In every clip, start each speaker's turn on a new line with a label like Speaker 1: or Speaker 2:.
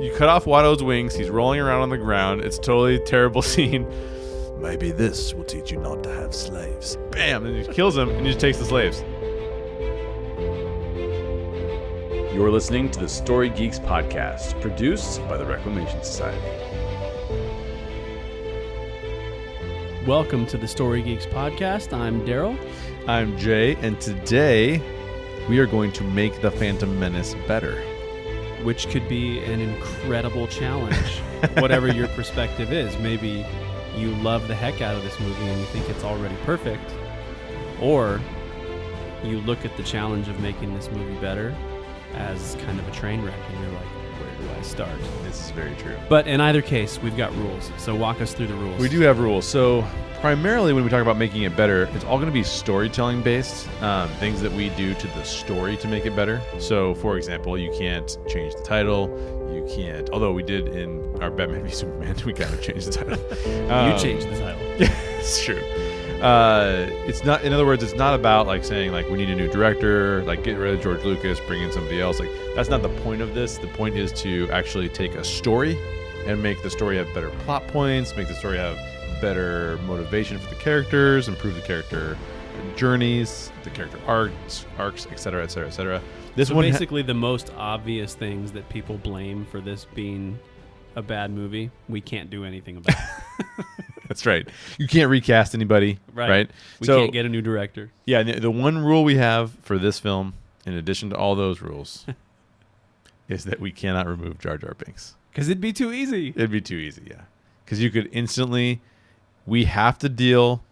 Speaker 1: You cut off Watto's wings. He's rolling around on the ground. It's totally a terrible scene. Maybe this will teach you not to have slaves. Bam! And he kills him and he just takes the slaves.
Speaker 2: You're listening to the Story Geeks podcast, produced by the Reclamation Society.
Speaker 3: Welcome to the Story Geeks podcast. I'm Daryl.
Speaker 1: I'm Jay, and today we are going to make the Phantom Menace better.
Speaker 3: which could be an incredible challenge, whatever your perspective is. Maybe you love the heck out of this movie and you think it's already perfect, or you look at the challenge of making this movie better as kind of a train wreck and you're like, where do I start?
Speaker 1: This is very true.
Speaker 3: But in either case, we've got rules. So walk us through the rules.
Speaker 1: We do have rules. So primarily, when we talk about making it better, it's all going to be storytelling based, um, things that we do to the story to make it better. So, for example, you can't change the title. You can't. Although we did in our Batman v Superman, we kind of changed the title.
Speaker 3: You
Speaker 1: Um,
Speaker 3: change the title.
Speaker 1: Yeah, it's true. Uh, it's not. In other words, it's not about like saying like we need a new director, like get rid of George Lucas, bring in somebody else. Like that's not the point of this. The point is to actually take a story and make the story have better plot points, make the story have better motivation for the characters, improve the character journeys, the character arcs, arcs, et cetera, et cetera, et cetera. This
Speaker 3: So
Speaker 1: one ha-
Speaker 3: basically, the most obvious things that people blame for this being a bad movie, we can't do anything about.
Speaker 1: that's right. You can't recast anybody, right?
Speaker 3: Right. We
Speaker 1: So-
Speaker 3: can't get a new director.
Speaker 1: Yeah, and the, the one rule we have for this film, in addition to all those rules, is that we cannot remove Jar Jar Binks.
Speaker 3: Because it'd be too easy.
Speaker 1: It'd be too easy, yeah. Because you could instantly, we have to deal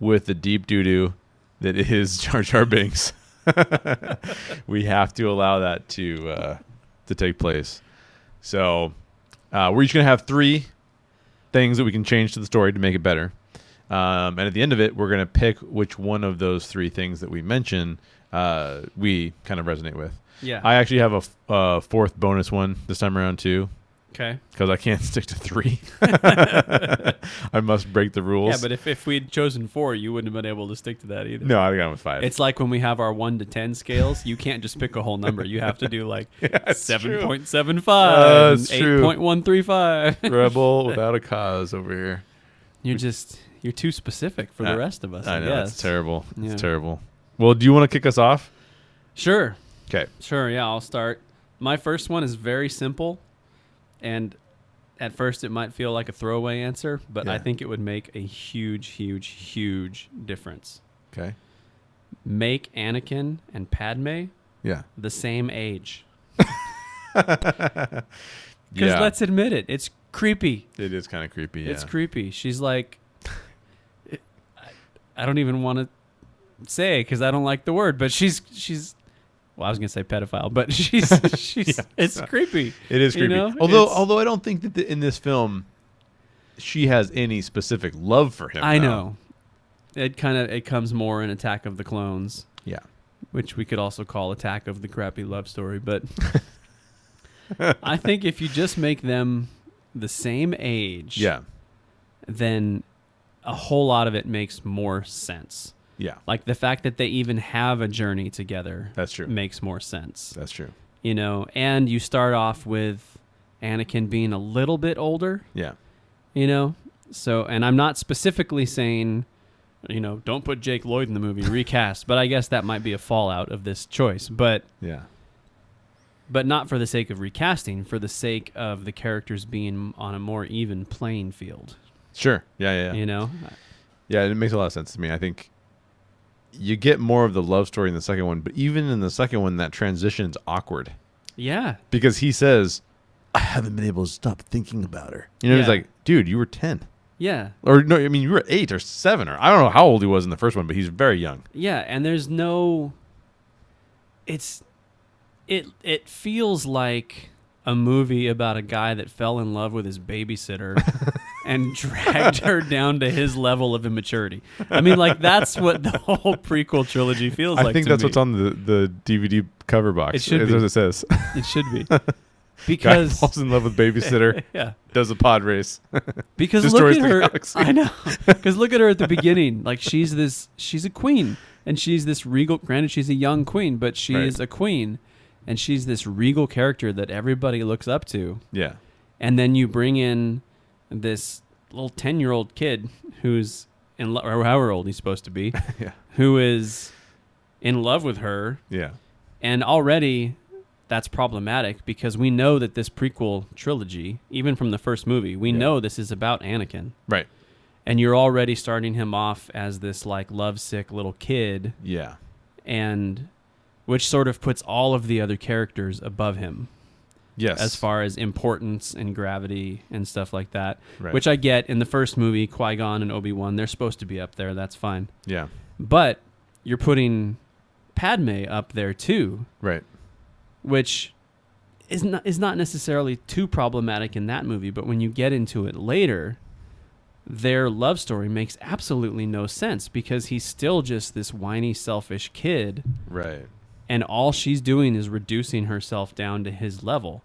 Speaker 1: with the deep doo doo that is Jar Jar Binks. we have to allow that to uh, to take place. So uh, we're each gonna have three things that we can change to the story to make it better. Um, and at the end of it, we're gonna pick which one of those three things that we mention uh, we kind of resonate with.
Speaker 3: Yeah.
Speaker 1: I actually have a f- uh, fourth bonus one this time around too
Speaker 3: okay.
Speaker 1: because I can't stick to three. I must break the rules.
Speaker 3: Yeah, but if, if we'd chosen four, you wouldn't have been able to stick to that either.
Speaker 1: no, I think I'm with five.
Speaker 3: It's like when we have our one to ten scales. You can't just pick a whole number. You have to do like
Speaker 1: it's
Speaker 3: seven
Speaker 1: true.
Speaker 3: point seven five,
Speaker 1: That's true.
Speaker 3: eight point one three five.
Speaker 1: rebel without a cause over here.
Speaker 3: You're just you're too specific for
Speaker 1: Uh,
Speaker 3: the rest of us. I,
Speaker 1: I know
Speaker 3: guess.
Speaker 1: it's terrible.
Speaker 3: Yeah.
Speaker 1: It's terrible. Well, do you want to kick us off?
Speaker 3: Sure,
Speaker 1: Okay.
Speaker 3: sure. Yeah, I'll start. My first one is very simple, and at first it might feel like a throwaway answer, but I
Speaker 1: Yeah.
Speaker 3: think it would make a huge, huge, huge difference.
Speaker 1: Okay.
Speaker 3: make Anakin and Padme
Speaker 1: Yeah.
Speaker 3: the same age. Because
Speaker 1: Yeah.
Speaker 3: let's admit it, it's creepy.
Speaker 1: it is kind of creepy. Yeah.
Speaker 3: It's creepy. She's like, I, I don't even want to say because I don't like the word, but she's she's. Well, I was gonna say pedophile, but she's she's. It's creepy.
Speaker 1: It is
Speaker 3: You
Speaker 1: creepy.
Speaker 3: know,
Speaker 1: although,
Speaker 3: it's-
Speaker 1: although I don't think that the, in this film she has any specific love for him.
Speaker 3: I
Speaker 1: though.
Speaker 3: know. It kind of it comes more in Attack of the Clones.
Speaker 1: Yeah.
Speaker 3: which we could also call attack of the crappy love story but i think if you just make them the same age
Speaker 1: Yeah.
Speaker 3: then a whole lot of it makes more sense
Speaker 1: Yeah.
Speaker 3: like the fact that they even have a journey together
Speaker 1: That's true.
Speaker 3: makes more sense
Speaker 1: That's true.
Speaker 3: you know and you start off with anakin being a little bit older
Speaker 1: Yeah.
Speaker 3: you know so and i'm not specifically saying you know don't put jake lloyd in the movie recast but i guess that might be a fallout of this choice but
Speaker 1: Yeah.
Speaker 3: but not for the sake of recasting, for the sake of the characters being on a more even playing field.
Speaker 1: Sure. Yeah. Yeah. yeah.
Speaker 3: You know,
Speaker 1: Yeah, it makes a lot of sense to me. I think you get more of the love story in the second one, but even in the second one, that transition's awkward
Speaker 3: yeah,
Speaker 1: because he says, "I haven't been able to stop thinking about her." You know, he's
Speaker 3: Yeah.
Speaker 1: like, "Dude, you were ten,
Speaker 3: yeah,
Speaker 1: or no, I mean, you were eight or seven, or I don't know how old he was in the first one, but he's very young."
Speaker 3: yeah. And there's no, it's, it it feels like a movie about a guy that fell in love with his babysitter and dragged her down to his level of immaturity. I mean, like that's what the whole prequel trilogy feels
Speaker 1: I
Speaker 3: like.
Speaker 1: think
Speaker 3: to
Speaker 1: that's
Speaker 3: me.
Speaker 1: what's on the, the DVD cover box.
Speaker 3: It should
Speaker 1: That's
Speaker 3: be.
Speaker 1: what it says.
Speaker 3: It should be
Speaker 1: Guy
Speaker 3: because
Speaker 1: falls in love with babysitter,
Speaker 3: yeah.
Speaker 1: does a pod race.
Speaker 3: Because
Speaker 1: Destroys
Speaker 3: look at
Speaker 1: the
Speaker 3: her.
Speaker 1: galaxy.
Speaker 3: I know. Because look at her at the beginning. Like she's this. She's a queen, and she's this regal. Granted, she's a young queen, but she
Speaker 1: Right.
Speaker 3: is a queen, and she's this regal character that everybody looks up to.
Speaker 1: Yeah.
Speaker 3: and then you bring in this little 10 year old kid who's in love or however old he's supposed to be
Speaker 1: Yeah.
Speaker 3: who is in love with her
Speaker 1: Yeah.
Speaker 3: and already that's problematic because we know that this prequel trilogy even from the first movie we know this is about anakin
Speaker 1: Right.
Speaker 3: and you're already starting him off as this like lovesick little kid
Speaker 1: Yeah.
Speaker 3: and which sort of puts all of the other characters above him
Speaker 1: Yes.
Speaker 3: as far as importance and gravity and stuff like that.
Speaker 1: Right.
Speaker 3: Which I get in the first movie, Qui Gon and Obi Wan, they're supposed to be up there. That's fine.
Speaker 1: Yeah.
Speaker 3: But you're putting Padme up there too,
Speaker 1: Right.
Speaker 3: which is not is not necessarily too problematic in that movie. But when you get into it later, their love story makes absolutely no sense because he's still just this whiny, selfish kid
Speaker 1: Right.
Speaker 3: and all she's doing is reducing herself down to his level.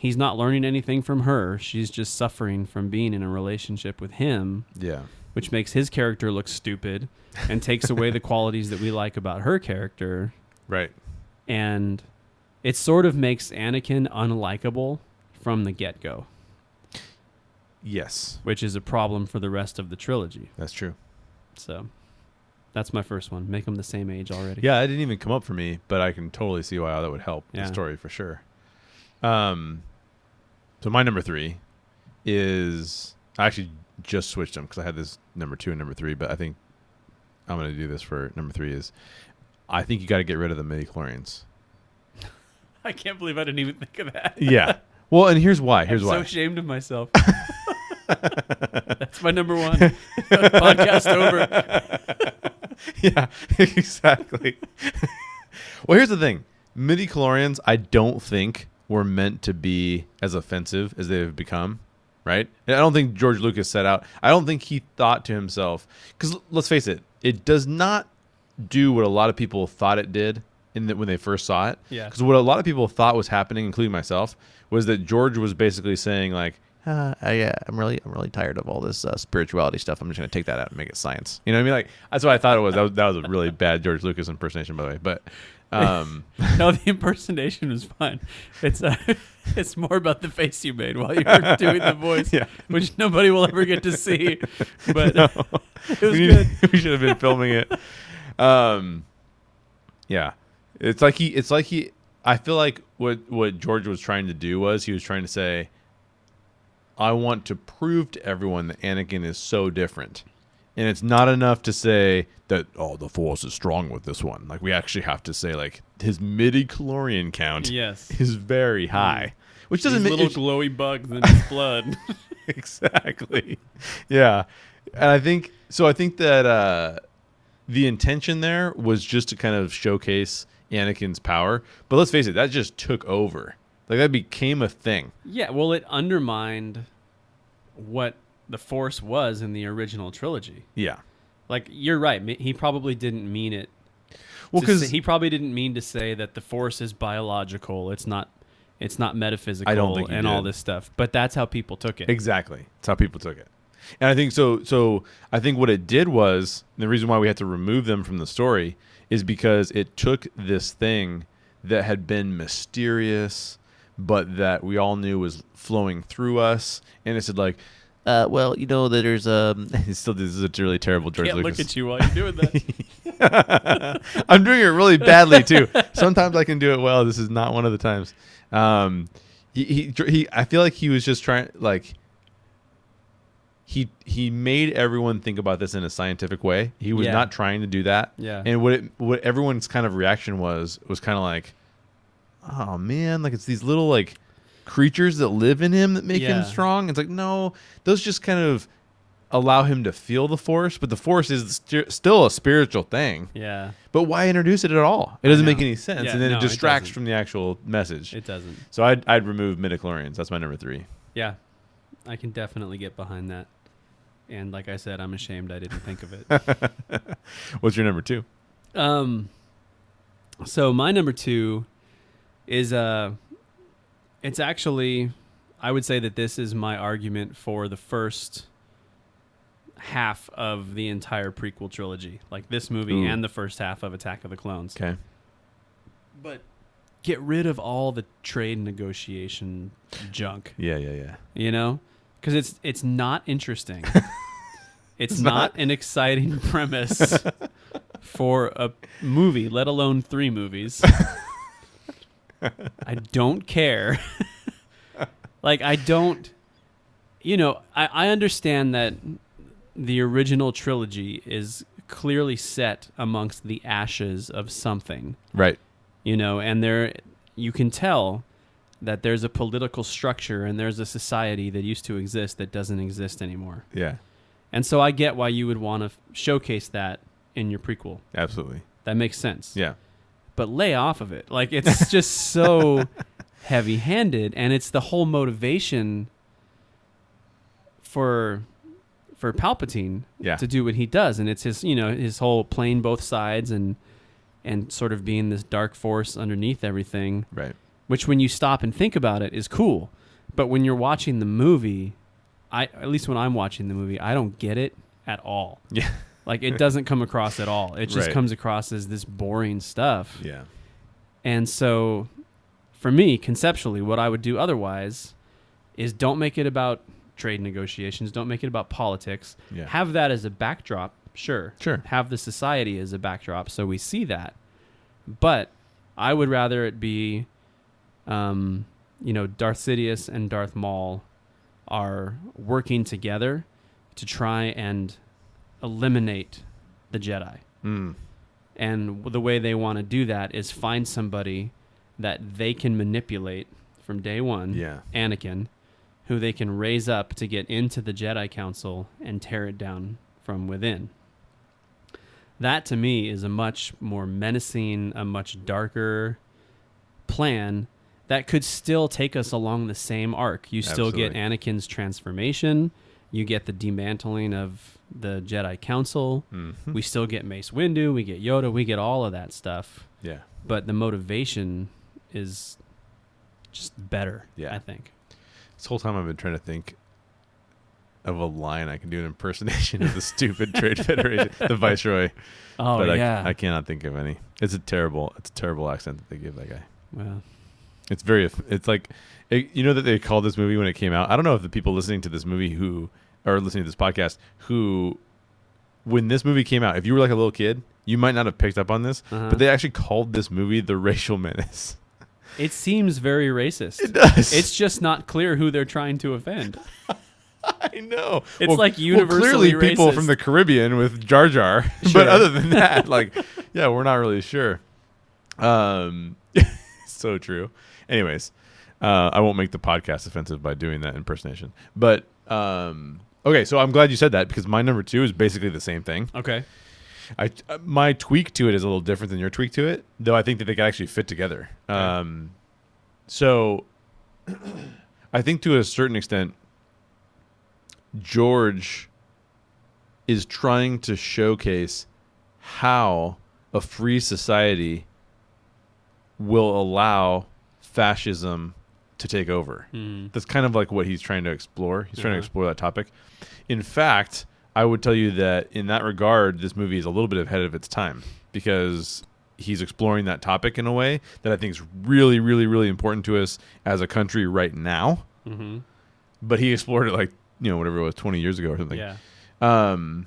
Speaker 3: He's not learning anything from her. She's just suffering from being in a relationship with him,
Speaker 1: Yeah.
Speaker 3: which makes his character look stupid and takes away the qualities that we like about her character.
Speaker 1: Right.
Speaker 3: And it sort of makes Anakin unlikable from the get go,
Speaker 1: Yes.
Speaker 3: which is a problem for the rest of the trilogy.
Speaker 1: That's true.
Speaker 3: So that's my first one. Make them the same age already.
Speaker 1: Yeah, it didn't even come up for me, but I can totally see why that would help
Speaker 3: Yeah.
Speaker 1: the story for sure. Um, so my number three is I actually just switched them because I had this number two and number three, but I think I'm going to do this for number three. Is I think you got to get rid of the midi chlorians.
Speaker 3: I can't believe I didn't even think of that.
Speaker 1: Yeah. Well, and here's why. Here's
Speaker 3: I'm
Speaker 1: why.
Speaker 3: so ashamed of myself. That's my number one. Podcast over.
Speaker 1: yeah, exactly. well, here's the thing. Midi chlorians, I don't think were meant to be as offensive as they've become, right? And I don't think George Lucas set out. I don't think he thought to himself cuz let's face it, it does not do what a lot of people thought it did in the, when they first saw it.
Speaker 3: Yeah.
Speaker 1: Cuz what a lot of people thought was happening, including myself, was that George was basically saying like uh, I, uh, I'm really, I'm really tired of all this uh, spirituality stuff. I'm just gonna take that out and make it science. You know what I mean? Like that's what I thought it was. That was, that was a really bad George Lucas impersonation, by the way. But um,
Speaker 3: No, the impersonation was fine. It's uh, it's more about the face you made while you were doing the voice,
Speaker 1: Yeah.
Speaker 3: which nobody will ever get to see. But it was
Speaker 1: we,
Speaker 3: good.
Speaker 1: we should have been filming it. Um, yeah, it's like he. It's like he. I feel like what what George was trying to do was he was trying to say, I want to prove to everyone that Anakin is so different, and it's not enough to say that oh the Force is strong with this one. Like we actually have to say like his midi chlorian count
Speaker 3: Yes.
Speaker 1: is very high, which doesn't
Speaker 3: These
Speaker 1: mean
Speaker 3: little glowy bugs in his blood.
Speaker 1: exactly. Yeah. And I think so I think that uh the intention there was just to kind of showcase Anakin's power. But let's face it, that just took over. Like that became a thing.
Speaker 3: yeah, well, it undermined what the Force was in the original trilogy.
Speaker 1: Yeah.
Speaker 3: Like you're right. ma- He probably didn't mean it
Speaker 1: Well,
Speaker 3: to
Speaker 1: cuz
Speaker 3: say- he probably didn't mean to say that the force is biological. It's not. It's not metaphysical.
Speaker 1: I don't think he
Speaker 3: and all
Speaker 1: did.
Speaker 3: this stuff. But that's how people took it.
Speaker 1: Exactly. That's how people took it. And I think so so I think what it did was and the reason why we had to remove them from the story is because it took this thing that had been mysterious but that we all knew was flowing through us and it said like
Speaker 4: Uh, well, you know, there's um,
Speaker 1: he still this is a really terrible George
Speaker 3: Can't
Speaker 1: Lucas.
Speaker 3: look at you while you're doing that.
Speaker 1: I'm doing it really badly too. Sometimes I can do it well. This is not one of the times. Um, he, he, he I feel like he was just trying like he he made everyone think about this in a scientific way. He was
Speaker 3: Yeah.
Speaker 1: not trying to do that.
Speaker 3: Yeah.
Speaker 1: And what it, what everyone's kind of reaction was was kind of like, oh man, like it's these little like creatures that live in him that make
Speaker 3: Yeah.
Speaker 1: him strong. It's like no, those just kind of allow him to feel the force, but the force is sti- still a spiritual thing.
Speaker 3: yeah,
Speaker 1: But why introduce it at all? It doesn't
Speaker 3: know.
Speaker 1: make any sense,
Speaker 3: Yeah,
Speaker 1: and then
Speaker 3: no,
Speaker 1: it
Speaker 3: it
Speaker 1: distracts
Speaker 3: doesn't.
Speaker 1: from the actual message.
Speaker 3: it doesn't.
Speaker 1: so I'd, I'd remove midichlorians. That's my number three.
Speaker 3: Yeah, I can definitely get behind that. And like I said, I'm ashamed I didn't think of it.
Speaker 1: What's your number two?
Speaker 3: um, so my number two is uh, it's actually, I would say that this is my argument for the first half of the entire prequel trilogy, like this movie
Speaker 1: Ooh.
Speaker 3: and the first half of Attack of the Clones.
Speaker 1: Okay.
Speaker 3: But get rid of all the trade negotiation junk.
Speaker 1: Yeah, yeah, yeah.
Speaker 3: you know because it's it's not interesting it's, not, an exciting premise for a movie let alone three movies i don't care like i don't you know I, I understand that the original trilogy is clearly set amongst the ashes of something
Speaker 1: Right.
Speaker 3: you know and there you can tell that there's a political structure and there's a society that used to exist that doesn't exist anymore
Speaker 1: Yeah.
Speaker 3: and so i get why you would want to f- showcase that in your prequel
Speaker 1: Absolutely.
Speaker 3: that makes sense
Speaker 1: Yeah.
Speaker 3: but lay off of it like it's just so heavy handed and it's the whole motivation for for palpatine
Speaker 1: Yeah.
Speaker 3: to do what he does and it's his you know his whole playing both sides and and sort of being this dark force underneath everything
Speaker 1: Right.
Speaker 3: which when you stop and think about it is cool but when you're watching the movie i at least when i'm watching the movie i don't get it at all
Speaker 1: Yeah.
Speaker 3: like it doesn't come across at all it just
Speaker 1: Right.
Speaker 3: comes across as this boring stuff
Speaker 1: Yeah.
Speaker 3: and so for me conceptually what i would do otherwise is don't make it about trade negotiations don't make it about politics
Speaker 1: Yeah.
Speaker 3: have that as a backdrop sure
Speaker 1: Sure.
Speaker 3: have the society as a backdrop so we see that but i would rather it be um, you know darth sidious and darth maul are working together to try and eliminate the jedi
Speaker 1: Mm.
Speaker 3: and the way they want to do that is find somebody that they can manipulate from day one
Speaker 1: Yeah.
Speaker 3: Anakin, who they can raise up to get into the Jedi Council and tear it down from within. That to me is a much more menacing, a much darker plan that could still take us along the same arc. You still get Anakin's transformation, you get the demantling of the Jedi Council,
Speaker 1: Mm-hmm. Hmm.
Speaker 3: we still get Mace Windu, we get Yoda, we get all of that stuff
Speaker 1: Yeah.
Speaker 3: but the motivation is just better.
Speaker 1: Yeah.
Speaker 3: I think.
Speaker 1: This whole time I've been trying to think of a line I can do an impersonation of the stupid Trade Federation, the Viceroy.
Speaker 3: Oh
Speaker 1: but
Speaker 3: yeah.
Speaker 1: I, I cannot think of any. It's a terrible, it's a terrible accent that they give that guy.
Speaker 3: well,
Speaker 1: It's very. off- It's like, it, you know that they called this movie when it came out. I don't know if the people listening to this movie who are listening to this podcast who, when this movie came out, if you were like a little kid, you might not have picked up on this.
Speaker 3: Uh-huh.
Speaker 1: But they actually called this movie the Racial Menace.
Speaker 3: it seems very racist. It
Speaker 1: does.
Speaker 3: It's just not clear who they're trying to offend.
Speaker 1: I know.
Speaker 3: It's like
Speaker 1: clearly
Speaker 3: universally
Speaker 1: people
Speaker 3: racist.
Speaker 1: from the Caribbean with Jar Jar. But
Speaker 3: Sure.
Speaker 1: other than that, like, yeah, we're not really sure. Um, so true. Anyways, uh, I won't make the podcast offensive by doing that impersonation. But um, okay, so I'm glad you said that because my number two is basically the same thing.
Speaker 3: Okay.
Speaker 1: I uh, my tweak to it is a little different than your tweak to it, though. I think that they could actually fit together. Um, so, I think to a certain extent, George is trying to showcase how a free society will allow fascism to take over. That's kind of like what he's trying to explore. He's trying to
Speaker 3: Uh-huh.
Speaker 1: explore that topic. In fact, I would tell you that in that regard, this movie is a little bit ahead of its time because he's exploring that topic in a way that I think is really, really, really important to us as a country right now.
Speaker 3: Mm-hmm.
Speaker 1: But he explored it like, you know, whatever it was, 20 years ago or something
Speaker 3: yeah.
Speaker 1: um,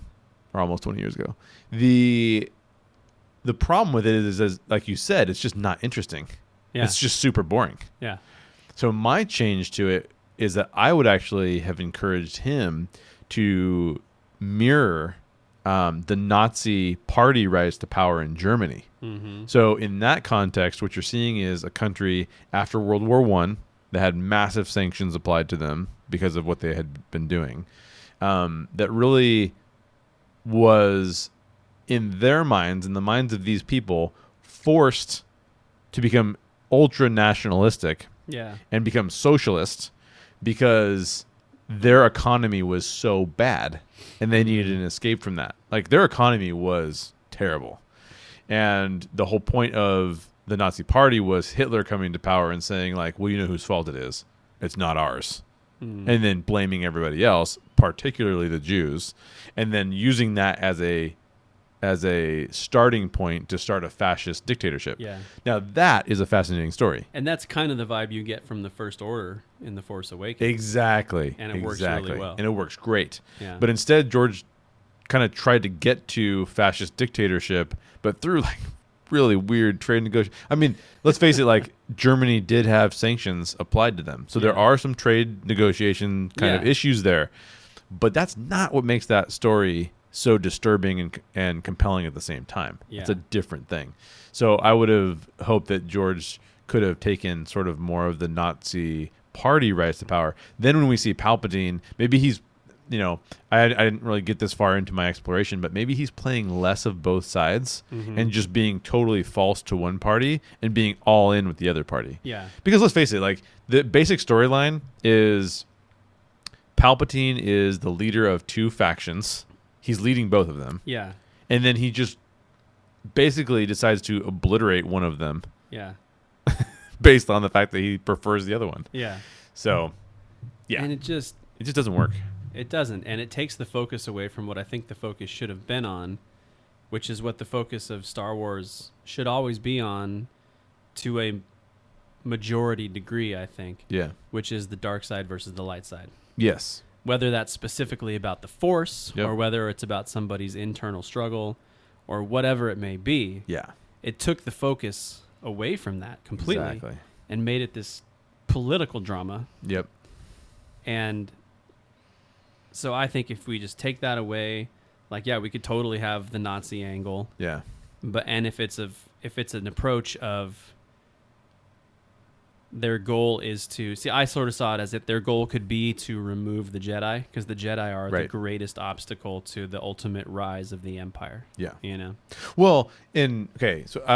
Speaker 1: or almost 20 years ago. The the problem with it is, is, like you said, it's just not interesting.
Speaker 3: Yeah.
Speaker 1: It's just super boring.
Speaker 3: yeah.
Speaker 1: So my change to it is that I would actually have encouraged him to mirror um, the Nazi party rise to power in Germany.
Speaker 3: Mm-hmm.
Speaker 1: So in that context, what you're seeing is a country after World War One that had massive sanctions applied to them because of what they had been doing. Um, that really was in their minds, in the minds of these people, forced to become ultra nationalistic
Speaker 3: Yeah.
Speaker 1: and become socialist because their economy was so bad and they needed an escape from that. Like their economy was terrible. And the whole point of the Nazi party was Hitler coming to power and saying like, "Well, you know whose fault it is. It's not ours." And then blaming everybody else, particularly the Jews, and then using that as a as a starting point to start a fascist dictatorship.
Speaker 3: Yeah.
Speaker 1: Now that is a fascinating story.
Speaker 3: And that's kind of the vibe you get from the First Order in The Force Awakens.
Speaker 1: Exactly.
Speaker 3: And it works really
Speaker 1: exactly.
Speaker 3: well.
Speaker 1: And it works great.
Speaker 3: Yeah.
Speaker 1: But instead, George kind of tried to get to fascist dictatorship, but through like really weird trade negotiations. I mean, let's face it, like Germany did have sanctions applied to them. So there
Speaker 3: Yeah.
Speaker 1: are some trade negotiation kind of
Speaker 3: Yeah.
Speaker 1: issues there. But that's not what makes that story so disturbing and, and compelling at the same time. It's a
Speaker 3: Yeah.
Speaker 1: different thing. So I would have hoped that George could have taken sort of more of the Nazi party rise to power. Then when we see Palpatine, maybe he's, you know, I, I didn't really get this far into my exploration, but maybe he's playing less of both sides and just being totally false to one party and being all in with the other party.
Speaker 3: Yeah.
Speaker 1: Because let's face it, like the basic storyline is Palpatine is the leader of two factions. He's leading both of them
Speaker 3: Yeah.
Speaker 1: and then he just basically decides to obliterate one of them
Speaker 3: Yeah.
Speaker 1: based on the fact that he prefers the other one.
Speaker 3: Yeah.
Speaker 1: So, yeah,
Speaker 3: And
Speaker 1: it,
Speaker 3: it just
Speaker 1: just doesn't work.
Speaker 3: it doesn't and it takes the focus away from what I think the focus should have been on, which is what the focus of Star Wars should always be on to a majority degree, I think,
Speaker 1: Yeah.
Speaker 3: which is the dark side versus the light side.
Speaker 1: Yes.
Speaker 3: whether that's specifically about the force
Speaker 1: Yep.
Speaker 3: or whether it's about somebody's internal struggle or whatever it may be
Speaker 1: Yeah.
Speaker 3: it took the focus away from that completely
Speaker 1: Exactly.
Speaker 3: and made it this political drama
Speaker 1: Yep.
Speaker 3: and so i think if we just take that away like yeah we could totally have the nazi angle
Speaker 1: Yeah.
Speaker 3: but and if it's of if it's an approach of their goal is to see i sort of saw it as if their goal could be to remove the jedi because the jedi are the
Speaker 1: Right.
Speaker 3: greatest obstacle to the ultimate rise of the empire
Speaker 1: Yeah.
Speaker 3: you know
Speaker 1: Well, in okay, so I,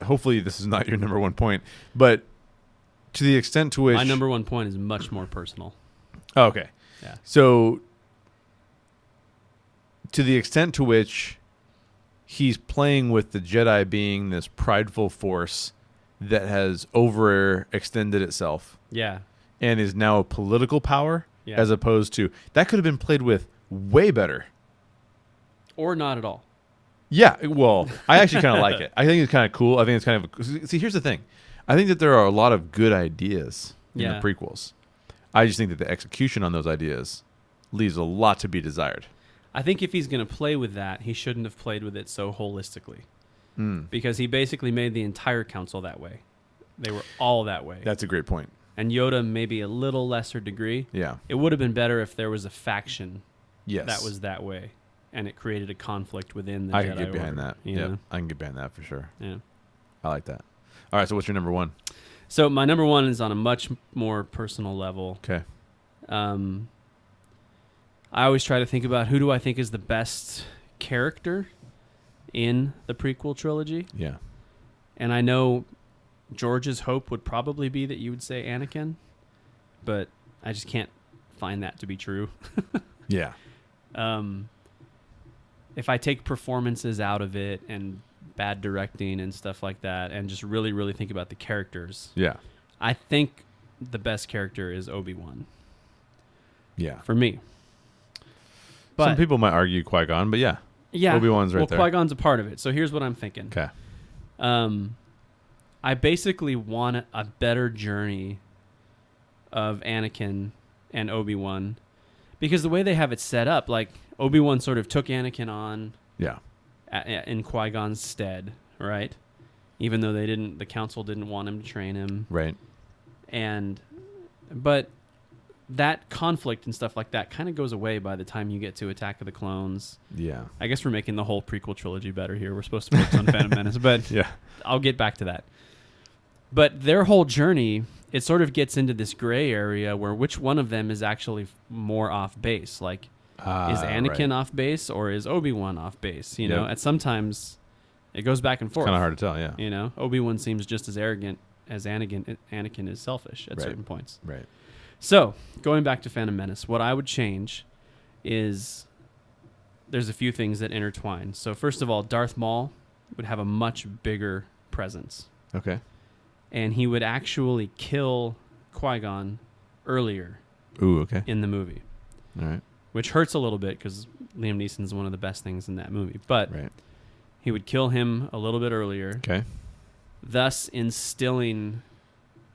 Speaker 1: I, hopefully this is not your number one point, but to the extent to which
Speaker 3: my number one point is much more personal
Speaker 1: Oh, okay.
Speaker 3: Yeah.
Speaker 1: So to the extent to which he's playing with the Jedi being this prideful force that has overextended itself
Speaker 3: yeah
Speaker 1: and is now a political power
Speaker 3: Yeah.
Speaker 1: as opposed to that could have been played with way better.
Speaker 3: or not at all
Speaker 1: Yeah, well, I actually kind of like it. I think it's kind of cool. I think it's kind of see. Here's the thing, I think that there are a lot of good ideas in
Speaker 3: Yeah.
Speaker 1: the prequels. I just think that the execution on those ideas leaves a lot to be desired.
Speaker 3: i think if he's going to play with that he shouldn't have played with it so holistically
Speaker 1: Hmm.
Speaker 3: because he basically made the entire council that way they were all that way
Speaker 1: That's a great point.
Speaker 3: and yoda maybe a little lesser degree
Speaker 1: Yeah.
Speaker 3: It would have been better if there was a faction
Speaker 1: Yes.
Speaker 3: that was that way, and it created a conflict within the.
Speaker 1: I
Speaker 3: Jedi
Speaker 1: can get behind
Speaker 3: Order,
Speaker 1: that.
Speaker 3: you
Speaker 1: Yeah,
Speaker 3: know?
Speaker 1: I can get behind that for sure.
Speaker 3: Yeah.
Speaker 1: I like that. All right. So what's your number one?
Speaker 3: So my number one is on a much more personal level.
Speaker 1: Okay.
Speaker 3: Um, I always try to think about who do I think is the best character in the prequel trilogy,
Speaker 1: Yeah.
Speaker 3: and I know George's hope would probably be that you would say Anakin, but I just can't find that to be true.
Speaker 1: Yeah.
Speaker 3: um, if I take performances out of it and bad directing and stuff like that, and just really, really think about the characters,
Speaker 1: Yeah.
Speaker 3: I think the best character is Obi Wan
Speaker 1: Yeah.
Speaker 3: for me.
Speaker 1: Some
Speaker 3: But
Speaker 1: people might argue Qui Gon, but yeah.
Speaker 3: yeah,
Speaker 1: Obi-Wan's right
Speaker 3: well,
Speaker 1: there.
Speaker 3: Qui Gon's a part of it. So here's what I'm thinking.
Speaker 1: Okay.
Speaker 3: Um, I basically want a better journey of Anakin and Obi Wan because the way they have it set up, like Obi Wan sort of took Anakin on
Speaker 1: Yeah.
Speaker 3: a- a- in Qui Gon's stead, right? Even though they didn't, the council didn't want him to train him,
Speaker 1: Right.
Speaker 3: and but that conflict and stuff like that kind of goes away by the time you get to Attack of the Clones.
Speaker 1: Yeah.
Speaker 3: I guess we're making the whole prequel trilogy better here. We're supposed to focus on Phantom Menace, but
Speaker 1: Yeah.
Speaker 3: I'll get back to that. But their whole journey, it sort of gets into this gray area where which one of them is actually more off base, like is
Speaker 1: Ah,
Speaker 3: Anakin
Speaker 1: right.
Speaker 3: off base or is Obi Wan off base? You know,
Speaker 1: Yep.
Speaker 3: at sometimes it goes back and forth.
Speaker 1: Kind of hard to tell. Yeah.
Speaker 3: You know, Obi Wan seems just as arrogant as Anakin. eh, Anakin is selfish at
Speaker 1: Right.
Speaker 3: certain points.
Speaker 1: Right.
Speaker 3: So going back to Phantom Menace, what I would change is there's a few things that intertwine. So first of all, Darth Maul would have a much bigger presence,
Speaker 1: Okay.
Speaker 3: and he would actually kill Qui Gon earlier
Speaker 1: Ooh. Okay.
Speaker 3: in the movie
Speaker 1: All right.
Speaker 3: which hurts a little bit because Liam Neeson's one of the best things in that movie. But
Speaker 1: Right.
Speaker 3: He would kill him a little bit earlier,
Speaker 1: Okay.
Speaker 3: thus instilling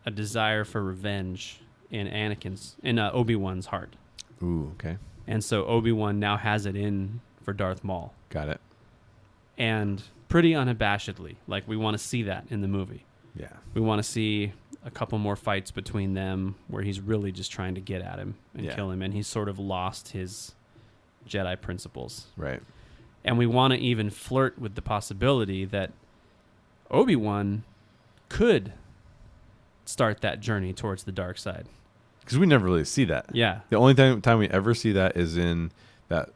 Speaker 3: a desire for revenge in Anakin's in uh, Obi Wan's heart.
Speaker 1: Ooh. Okay.
Speaker 3: And so Obi Wan now has it in for Darth Maul,
Speaker 1: Got it.
Speaker 3: and pretty unabashedly. Like we want to see that in the movie.
Speaker 1: Yeah.
Speaker 3: We want to see a couple more fights between them where he's really just trying to get at him and
Speaker 1: Yeah.
Speaker 3: kill him, and he's sort of lost his Jedi principles.
Speaker 1: Right.
Speaker 3: and we want to even flirt with the possibility that Obi Wan could start that journey towards the dark side.
Speaker 1: Because we never really see that.
Speaker 3: Yeah,
Speaker 1: The only time, time we ever see that is in that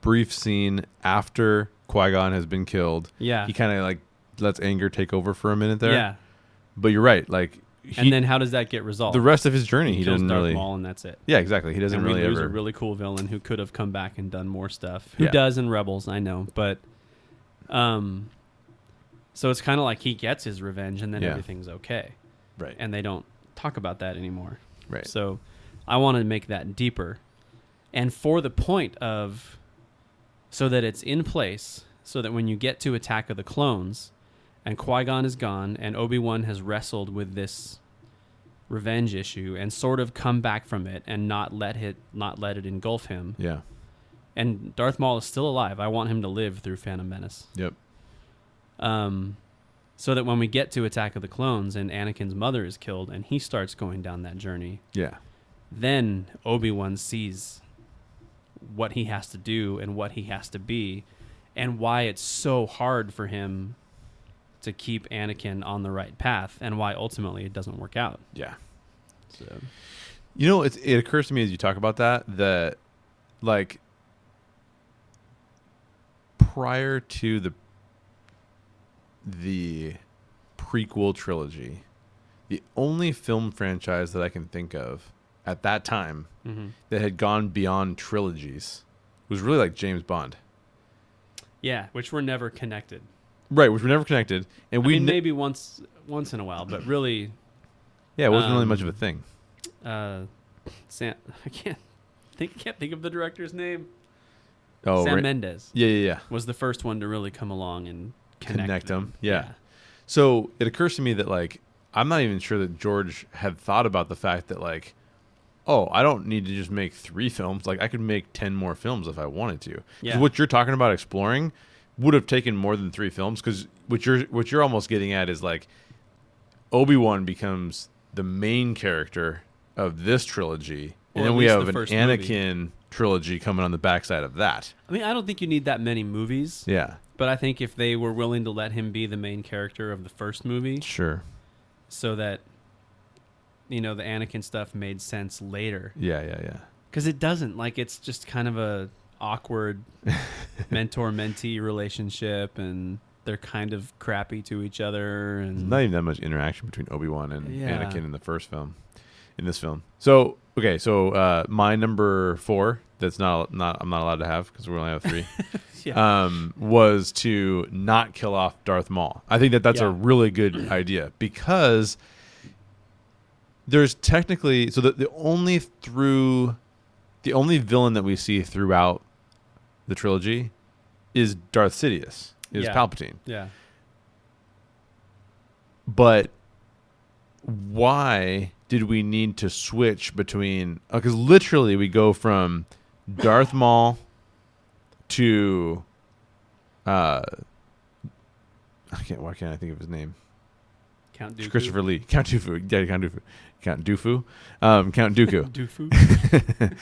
Speaker 1: brief scene after Qui Gon has been killed.
Speaker 3: yeah,
Speaker 1: He kind of like lets anger take over for a minute there.
Speaker 3: yeah.
Speaker 1: But you're right. Like, he,
Speaker 3: and then how does that get resolved?
Speaker 1: the rest of his journey, he,
Speaker 3: he kills
Speaker 1: doesn't
Speaker 3: Darth
Speaker 1: really.
Speaker 3: Maul, and that's it.
Speaker 1: Yeah, exactly. He doesn't
Speaker 3: and
Speaker 1: really
Speaker 3: we lose a
Speaker 1: ever.
Speaker 3: really cool villain who could have come back and done more stuff. Who
Speaker 1: Yeah.
Speaker 3: does in Rebels, I know, but um, so it's kind of like he gets his revenge, and then
Speaker 1: Yeah.
Speaker 3: everything's okay.
Speaker 1: right.
Speaker 3: and they don't talk about that anymore.
Speaker 1: Right.
Speaker 3: So I want to make that deeper. And for the point of so that it's in place, so that when you get to Attack of the Clones and Qui Gon is gone and Obi Wan has wrestled with this revenge issue and sort of come back from it and not let it not let it engulf him.
Speaker 1: yeah.
Speaker 3: And Darth Maul is still alive. I want him to live through Phantom Menace
Speaker 1: Yep.
Speaker 3: um, so that when we get to Attack of the Clones and Anakin's mother is killed and he starts going down that journey,
Speaker 1: Yeah.
Speaker 3: then Obi Wan sees what he has to do and what he has to be, and why it's so hard for him to keep Anakin on the right path, and why ultimately it doesn't work out.
Speaker 1: Yeah.
Speaker 3: So
Speaker 1: You know, it, it occurs to me as you talk about that that, like, prior to the the prequel trilogy, the only film franchise that I can think of at that time that had gone beyond trilogies was really like James Bond,
Speaker 3: yeah, which were never connected.
Speaker 1: right? Which were never connected, and
Speaker 3: We
Speaker 1: we ne-
Speaker 3: maybe once once in a while, but really,
Speaker 1: yeah, it wasn't really
Speaker 3: um,
Speaker 1: much of a thing.
Speaker 3: uh, Sam, I can't think can't think of the director's name.
Speaker 1: Oh,
Speaker 3: Sam
Speaker 1: right.
Speaker 3: Mendes.
Speaker 1: yeah, yeah, yeah.
Speaker 3: was the first one to really come along and connect,
Speaker 1: Connect 'em, yeah. So it occurs to me that like I'm not even sure that George had thought about the fact that like, oh, I don't need to just make three films. Like I could make ten more films if I wanted to. 'Cause
Speaker 3: Yeah.
Speaker 1: What you're talking about exploring would have taken more than three films because what you're what you're almost getting at is like Obi Wan becomes the main character of this trilogy,
Speaker 3: Or
Speaker 1: and
Speaker 3: at
Speaker 1: then we
Speaker 3: least
Speaker 1: have
Speaker 3: the
Speaker 1: an
Speaker 3: first movie.
Speaker 1: Anakin trilogy coming on the backside of that.
Speaker 3: I mean, I don't think you need that many movies,
Speaker 1: Yeah,
Speaker 3: but I think if they were willing to let him be the main character of the first movie,
Speaker 1: sure.
Speaker 3: so that you know the Anakin stuff made sense later,
Speaker 1: Yeah, yeah, yeah.
Speaker 3: because it doesn't. Like it's just kind of a awkward mentor mentee relationship, and they're kind of crappy to each other, and
Speaker 1: not even that much interaction between Obi Wan and
Speaker 3: Yeah.
Speaker 1: Anakin in the first film, in this film. So okay, so uh, my number four that's not not I'm not allowed to have because we only have three.
Speaker 3: yeah,
Speaker 1: um, was to not kill off Darth Maul. I think that that's a
Speaker 3: Yeah.
Speaker 1: really good idea because there's technically so the, the only through the only villain that we see throughout the trilogy is Darth Sidious, is
Speaker 3: Yeah.
Speaker 1: Palpatine
Speaker 3: yeah,
Speaker 1: but why did we need to switch between because literally we go from darth maul to uh i can't why can't i think of his name
Speaker 3: Count Dooku.
Speaker 1: christopher lee count doofu yeah count doofu count doofu um count dooku
Speaker 3: Dooku,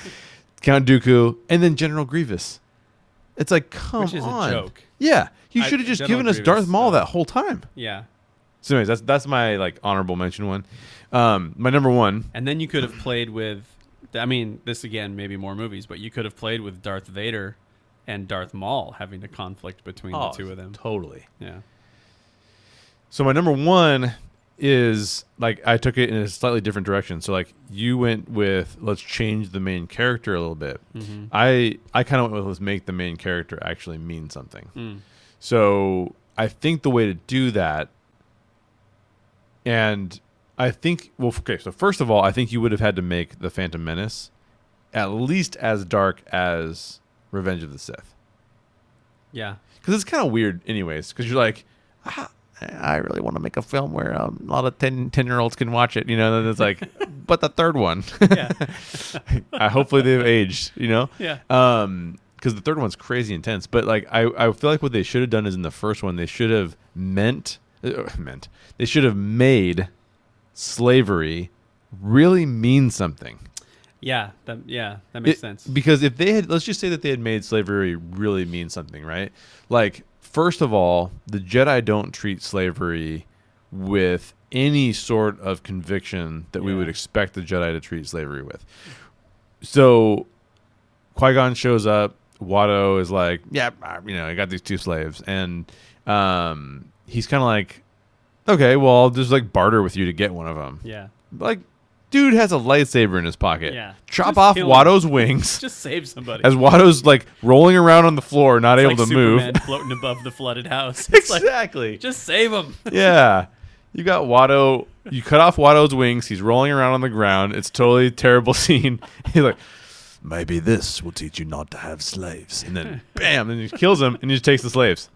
Speaker 1: count dooku and then general grievous it's like come
Speaker 3: which is
Speaker 1: on
Speaker 3: a joke.
Speaker 1: yeah you
Speaker 3: I-
Speaker 1: should have just
Speaker 3: General
Speaker 1: given us
Speaker 3: Grievous,
Speaker 1: darth maul
Speaker 3: uh,
Speaker 1: that whole time
Speaker 3: Yeah,
Speaker 1: So, anyways, that's that's my like honorable mention one. Um, my number one.
Speaker 3: And then you could have played with, I mean, this again, maybe more movies, but you could have played with Darth Vader and Darth Maul having a conflict between
Speaker 1: Oh,
Speaker 3: the two of them.
Speaker 1: Totally.
Speaker 3: Yeah.
Speaker 1: So my number one is like I took it in a slightly different direction. So like you went with let's change the main character a little bit. I I kind of went with let's make the main character actually mean something. So I think the way to do that, and I think well okay. So first of all, I think you would have had to make the Phantom Menace at least as dark as Revenge of the Sith.
Speaker 3: Yeah.
Speaker 1: because it's kind of weird, anyways. Because you're like, "Ah,
Speaker 4: I I really want to make a film where um, a lot of 10, 10 year olds can watch it.
Speaker 1: you know, then it's like, but the third one.
Speaker 3: Yeah.
Speaker 1: I hopefully they've aged, you know?
Speaker 3: Yeah.
Speaker 1: Um, because the third one's crazy intense. But like, I, I feel like what they should have done is in the first one, they should have meant, uh, meant, they should have made slavery really mean something.
Speaker 3: yeah. That, yeah. That makes
Speaker 1: It-
Speaker 3: sense.
Speaker 1: Because if they had, let's just say that they had made slavery really mean something, right? Like, first of all, the Jedi don't treat slavery with any sort of conviction that we
Speaker 3: Yeah.
Speaker 1: would expect the Jedi to treat slavery with. So, Qui Gon shows up. Watto is like, yeah, I- you know, I got these two slaves, and um, he's kind of like, okay, well, I'll just like barter with you to get one of them.
Speaker 3: yeah.
Speaker 1: Like, dude has a lightsaber in his pocket.
Speaker 3: Yeah.
Speaker 1: Chop
Speaker 3: Just
Speaker 1: off
Speaker 3: kill
Speaker 1: Watto's wings
Speaker 3: Just save somebody.
Speaker 1: as Watto's like rolling around on the floor, not
Speaker 3: It's
Speaker 1: able
Speaker 3: like
Speaker 1: to
Speaker 3: Superman
Speaker 1: move.
Speaker 3: floating above the flooded house. It's like,
Speaker 1: exactly.
Speaker 3: just save him.
Speaker 1: yeah. You got Watto. You cut off Watto's wings. He's rolling around on the ground. It's totally terrible scene. He's like, maybe this will teach you not to have slaves. And then bam, and he kills him and he just takes the slaves.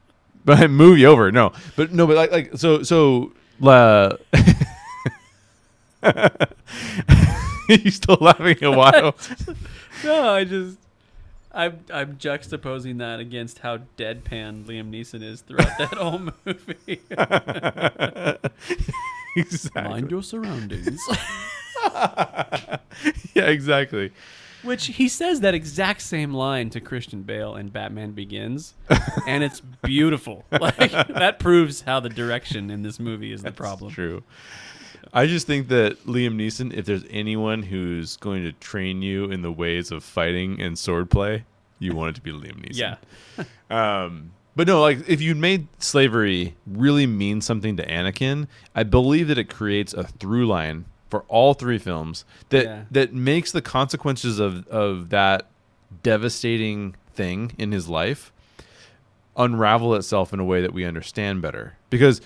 Speaker 1: But movie over. No, but no, but like, like so, so, uh, you still laughing at Watto?
Speaker 3: No, I just. I'm, I'm juxtaposing that against how deadpan Liam Neeson is throughout that whole movie.
Speaker 1: exactly.
Speaker 3: Mind your surroundings.
Speaker 1: Yeah, exactly.
Speaker 3: Which he says that exact same line to Christian Bale in Batman Begins, and it's beautiful. Like that proves how the direction in this movie is the problem.
Speaker 1: It's true. I just think that Liam Neeson, if there's anyone who's going to train you in the ways of fighting and swordplay, you want it to be Liam Neeson.
Speaker 3: Yeah,
Speaker 1: Um, but no, like if you made slavery really mean something to Anakin, I believe that it creates a through line for all three films that
Speaker 3: Yeah.
Speaker 1: that makes the consequences of of that devastating thing in his life unravel itself in a way that we understand better because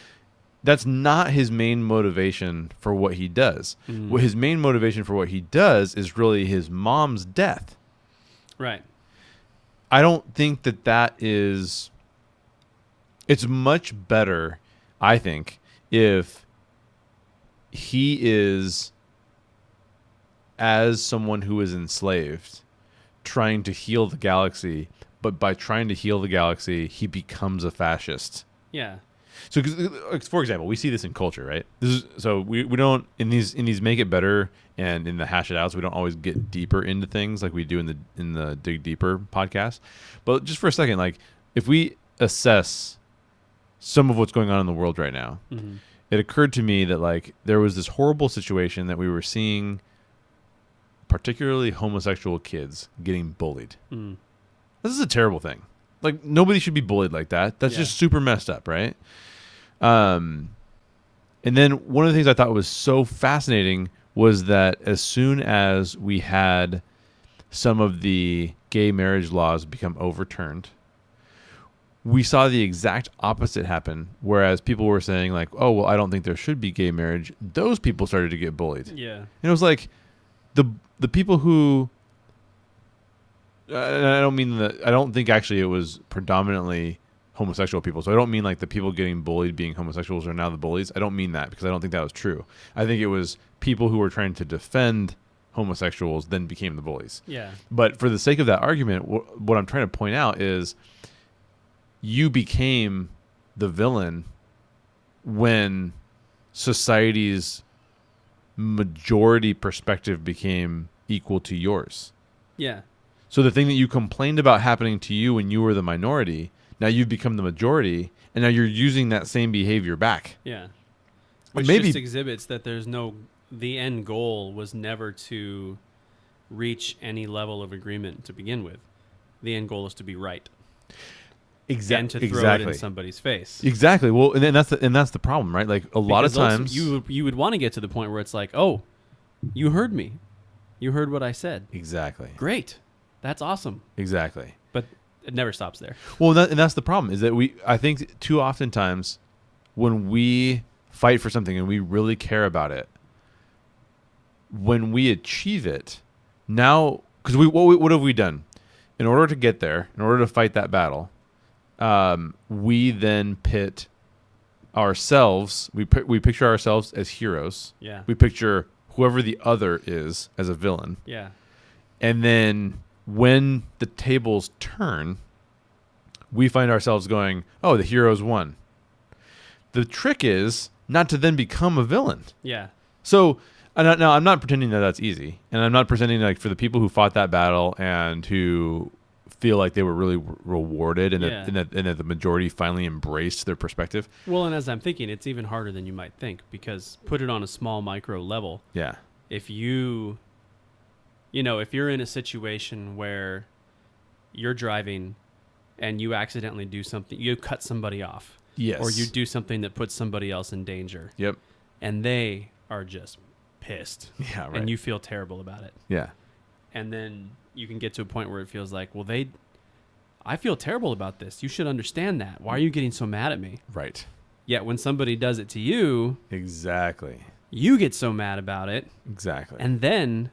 Speaker 1: that's not his main motivation for what he does. What his main motivation for what he does is really his mom's death.
Speaker 3: right.
Speaker 1: I don't think that that is. It's much better, I think, if he is as someone who is enslaved, trying to heal the galaxy, but by trying to heal the galaxy, he becomes a fascist.
Speaker 3: Yeah,
Speaker 1: So, 'cause, uh, for example, we see this in culture, right? This is so we, we don't in these in these make it better and in the hash it outs. We don't always get deeper into things like we do in the in the dig deeper podcast. But just for a second, like if we assess some of what's going on in the world right now,
Speaker 3: Mm-hmm.
Speaker 1: it occurred to me that like there was this horrible situation that we were seeing, particularly homosexual kids getting bullied.
Speaker 3: Mm.
Speaker 1: This is a terrible thing. Like nobody should be bullied like that. That's
Speaker 3: Yeah.
Speaker 1: just super messed up, right? Um, and then one of the things I thought was so fascinating was that as soon as we had some of the gay marriage laws become overturned, we saw the exact opposite happen. Whereas people were saying like, "Oh, well, I don't think there should be gay marriage," those people started to get bullied.
Speaker 3: yeah,
Speaker 1: And it was like the the people who uh, and I don't mean the I don't think actually it was predominantly homosexual people. So I don't mean like the people getting bullied being homosexuals are now the bullies. I don't mean that because I don't think that was true. I think it was people who were trying to defend homosexuals then became the bullies.
Speaker 3: yeah,
Speaker 1: But for the sake of that argument, wh- what I'm trying to point out is you became the villain when society's majority perspective became equal to yours.
Speaker 3: yeah,
Speaker 1: So the thing that you complained about happening to you when you were the minority, now you've become the majority, and now you're using that same behavior back.
Speaker 3: yeah.
Speaker 1: Well,
Speaker 3: Which
Speaker 1: maybe-
Speaker 3: just exhibits that there's no. The end goal was never to reach any level of agreement to begin with. The end goal is to be right
Speaker 1: Exactly.
Speaker 3: and to throw
Speaker 1: exactly.
Speaker 3: it in somebody's face.
Speaker 1: Exactly. Well, and then that's the, and that's the problem, right? Like a lot of
Speaker 3: Because also
Speaker 1: times,
Speaker 3: you would- you would want to get to the point where it's like, oh, you heard me, you heard what I said.
Speaker 1: exactly,
Speaker 3: Great, that's awesome.
Speaker 1: exactly.
Speaker 3: But it never stops there.
Speaker 1: Well, that, and that's the problem is that we I think too oftentimes when we fight for something and we really care about it, when we achieve it, now because we what, we what have we done in order to get there, in order to fight that battle, um, we then pit ourselves. We pi- we picture ourselves as heroes.
Speaker 3: Yeah.
Speaker 1: We picture whoever the other is as a villain,
Speaker 3: yeah.
Speaker 1: and then when the tables turn, we find ourselves going, "Oh, the heroes won." The trick is not to then become a villain.
Speaker 3: Yeah.
Speaker 1: So and I- now I'm not pretending that that's easy, and I'm not pretending like for the people who fought that battle and who feel like they were really re- rewarded and,
Speaker 3: Yeah.
Speaker 1: that, and, that, and that the majority finally embraced their perspective.
Speaker 3: Well, and as I'm thinking, it's even harder than you might think because put it on a small micro level.
Speaker 1: Yeah,
Speaker 3: If you, you know, if you're in a situation where you're driving and you accidentally do something, you cut somebody off.
Speaker 1: Yes.
Speaker 3: Or you do something that puts somebody else in danger
Speaker 1: yep,
Speaker 3: and they are just pissed.
Speaker 1: Yeah, right.
Speaker 3: And you feel terrible about it.
Speaker 1: yeah,
Speaker 3: and then you can get to a point where it feels like, well, they, I feel terrible about this. You should understand that. Why are you getting so mad at me?
Speaker 1: right,
Speaker 3: Yet when somebody does it to you,
Speaker 1: exactly,
Speaker 3: you get so mad about it,
Speaker 1: exactly,
Speaker 3: and then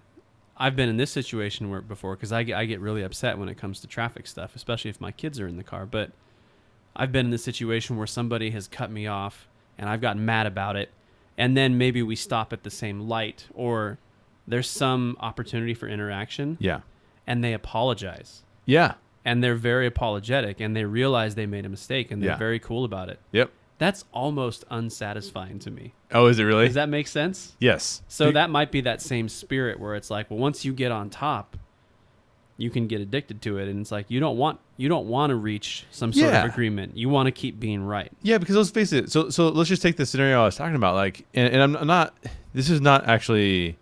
Speaker 3: I've been in this situation where before because I, get- I get really upset when it comes to traffic stuff, especially if my kids are in the car. But I've been in this situation where somebody has cut me off and I've gotten mad about it, and then maybe we stop at the same light or there's some opportunity for interaction
Speaker 1: yeah,
Speaker 3: and they apologize
Speaker 1: yeah,
Speaker 3: and they're very apologetic and they realize they made a mistake and they're
Speaker 1: Yeah.
Speaker 3: very cool about it.
Speaker 1: yep.
Speaker 3: That's almost unsatisfying to me.
Speaker 1: Oh, is it really?
Speaker 3: Does that make sense?
Speaker 1: yes.
Speaker 3: So
Speaker 1: Be-
Speaker 3: that might be that same spirit where it's like, well, once you get on top, you can get addicted to it and it's like you don't want you don't want to reach some sort
Speaker 1: Yeah.
Speaker 3: of agreement. You want to keep being right.
Speaker 1: Yeah, because let's face it. So so let's just take the scenario I was talking about. Like, and, and I'm, I'm not. This is not actually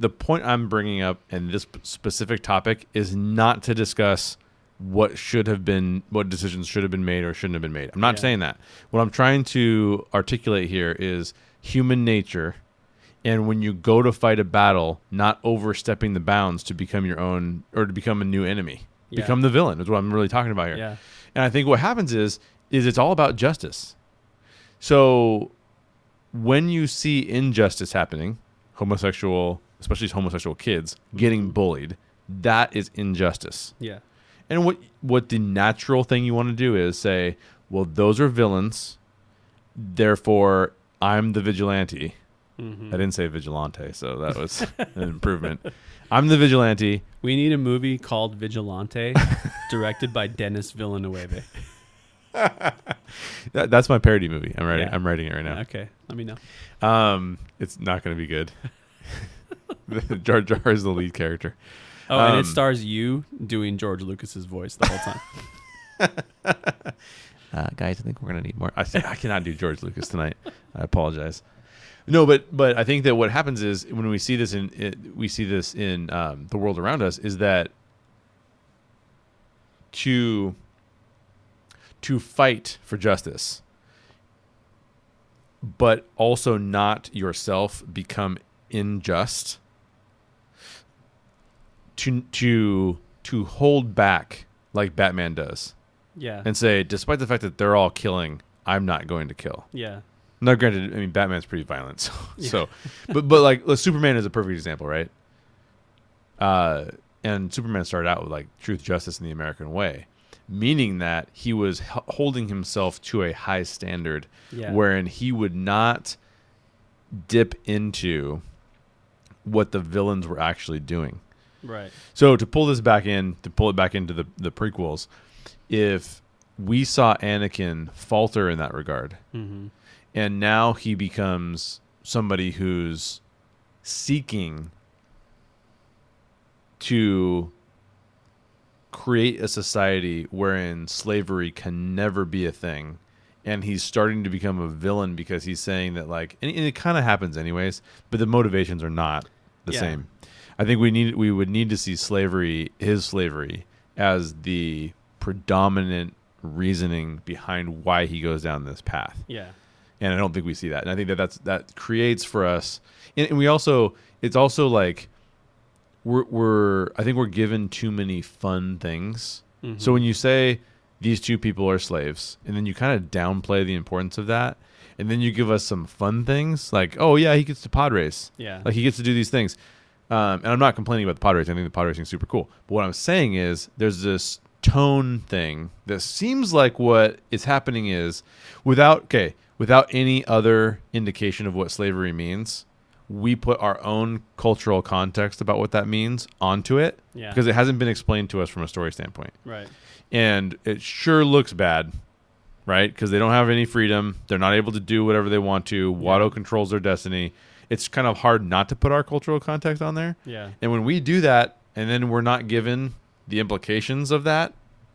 Speaker 1: the point I'm bringing up, and this p- specific topic is not to discuss what should have been, what decisions should have been made or shouldn't have been made. I'm not
Speaker 3: Yeah.
Speaker 1: saying that. What I'm trying to articulate here is human nature, and when you go to fight a battle, not overstepping the bounds to become your own or to become a new enemy,
Speaker 3: Yeah.
Speaker 1: become the villain is what I'm really talking about here.
Speaker 3: Yeah.
Speaker 1: And I think what happens is is it's all about justice. So when you see injustice happening, homosexual, especially homosexual kids getting bullied, that is injustice.
Speaker 3: Yeah.
Speaker 1: And what what the natural thing you want to do is say, well, those are villains, therefore I'm the vigilante. I didn't say vigilante, so that was an improvement. I'm the vigilante.
Speaker 3: We need a movie called Vigilante directed by Dennis Villanueva.
Speaker 1: That, that's my parody movie. I'm writing.
Speaker 3: Yeah.
Speaker 1: I'm writing it right now.
Speaker 3: Okay, let me know.
Speaker 1: Um, it's not going to be good. Jar Jar is the lead character.
Speaker 3: Oh, and
Speaker 1: Um,
Speaker 3: it stars you doing George Lucas's voice the whole time.
Speaker 4: Uh, guys, I think we're gonna need more.
Speaker 1: I say, I cannot do George Lucas tonight. I apologize. No, but but I think that what happens is when we see this in it, we see this in um, the world around us is that to to fight for justice, but also not yourself become unjust. To to to hold back like Batman does
Speaker 3: yeah.
Speaker 1: and say, despite the fact that they're all killing, I'm not going to kill.
Speaker 3: yeah.
Speaker 1: Now, granted, I mean Batman's pretty violent, so, so but but like like, Superman is a perfect example, right? Uh, and Superman started out with like truth, justice, and the American way, meaning that he was h- holding himself to a high standard,
Speaker 3: Yeah.
Speaker 1: wherein he would not dip into what the villains were actually doing.
Speaker 3: Right.
Speaker 1: So to pull this back in, to pull it back into the, the prequels, if we saw Anakin falter in that regard, and now he becomes somebody who's seeking to create a society wherein slavery can never be a thing and he's starting to become a villain because he's saying that like and, and it kind of happens anyways but the motivations are not the
Speaker 3: Yeah.
Speaker 1: same i think we need we would need to see slavery his slavery as the predominant reasoning behind why he goes down this path
Speaker 3: Yeah.
Speaker 1: and I don't think we see that. And I think that that's that creates for us, and, and we also it's also like we're we're I think we're given too many fun things. So when you say these two people are slaves, and then you kind of downplay the importance of that, and then you give us some fun things like oh yeah he gets to pod race,
Speaker 3: Yeah.
Speaker 1: like he gets to do these things. Um, and I'm not complaining about the pod racing. I think the pod racing is super cool. But what I'm saying is there's this tone thing that seems like what is happening is without okay without any other indication of what slavery means we put our own cultural context about what that means onto it
Speaker 3: Yeah.
Speaker 1: because it hasn't been explained to us from a story standpoint
Speaker 3: Right.
Speaker 1: and it sure looks bad right because they don't have any freedom they're not able to do whatever they want to watto controls their destiny it's kind of hard not to put our cultural context on there
Speaker 3: Yeah.
Speaker 1: and when we do that, and then we're not given the implications of that,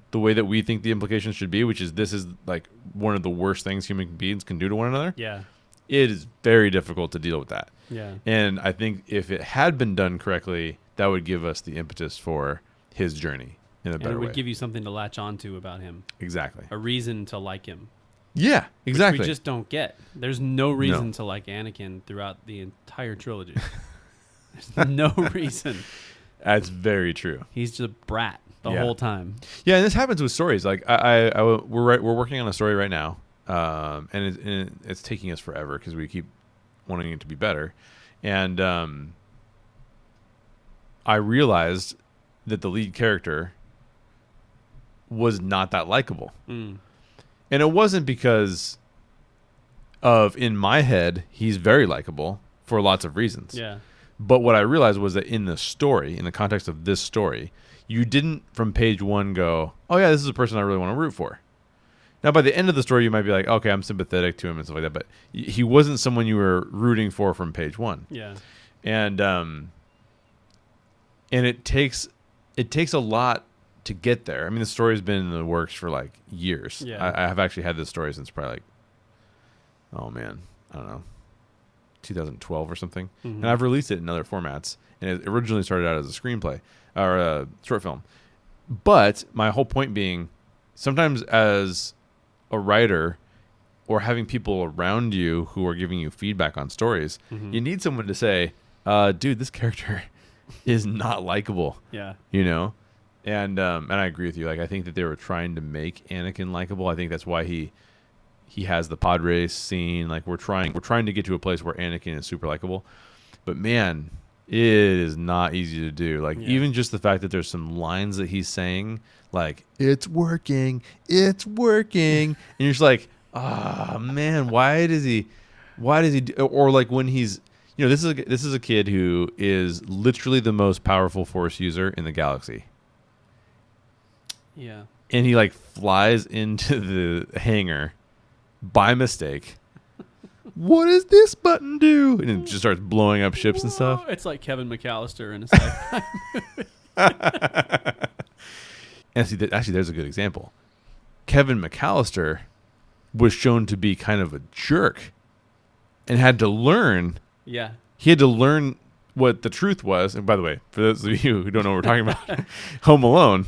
Speaker 1: the way that we think the implications should be, which is this is like one of the worst things human beings can do to one another,
Speaker 3: Yeah.
Speaker 1: it is very difficult to deal with that.
Speaker 3: Yeah.
Speaker 1: And I think if it had been done correctly, that would give us the impetus for his journey in a
Speaker 3: And
Speaker 1: better
Speaker 3: it would
Speaker 1: way.
Speaker 3: give you something to latch onto about him,
Speaker 1: exactly.
Speaker 3: a reason to like him.
Speaker 1: Yeah, exactly.
Speaker 3: We just don't get. There's no reason to like Anakin throughout the entire trilogy. There's no reason.
Speaker 1: That's very true.
Speaker 3: He's just a brat the
Speaker 1: Yeah.
Speaker 3: whole time.
Speaker 1: Yeah, and this happens with stories. Like I, I, I we're right, we're working on a story right now, um, and, it, and it's taking us forever because we keep wanting it to be better. And um, I realized that the lead character was not that likable,
Speaker 3: Mm.
Speaker 1: and it wasn't because of in my head he's very likable for lots of reasons.
Speaker 3: Yeah.
Speaker 1: But what I realized was that in the story, in the context of this story, you didn't from page one go, oh, yeah, this is a person I really want to root for. Now, by the end of the story, you might be like, okay, I'm sympathetic to him and stuff like that. But y- he wasn't someone you were rooting for from page one.
Speaker 3: Yeah.
Speaker 1: And, um, and it takes it takes a lot to get there. I mean, the story's been in the works for like years.
Speaker 3: Yeah.
Speaker 1: I, I have actually had this story since probably like, oh man, I don't know, 2012 or something. And I've released it in other formats. And it originally started out as a screenplay or a short film. But my whole point being, sometimes as a writer or having people around you who are giving you feedback on stories, you need someone to say, uh, dude, this character is not likable
Speaker 3: Yeah.
Speaker 1: you know and um and i agree with you like i think that they were trying to make anakin likable i think that's why he he has the pod race scene like we're trying we're trying to get to a place where anakin is super likable but man it is not easy to do like
Speaker 3: Yeah.
Speaker 1: even just the fact that there's some lines that he's saying like it's working it's working and you're just like ah man why does he why does he do, or like when he's you know this is a, this is a kid who is literally the most powerful force user in the galaxy
Speaker 3: Yeah.
Speaker 1: and he like flies into the hangar by mistake what does this button do and it just starts blowing up ships and stuff
Speaker 3: Oh, it's like Kevin McAllister in a sci
Speaker 1: and see, th- actually there's a good example kevin mcallister was shown to be kind of a jerk and had to learn
Speaker 3: yeah.
Speaker 1: he had to learn what the truth was. And by the way, for those of you who don't know what we're talking about, Home Alone,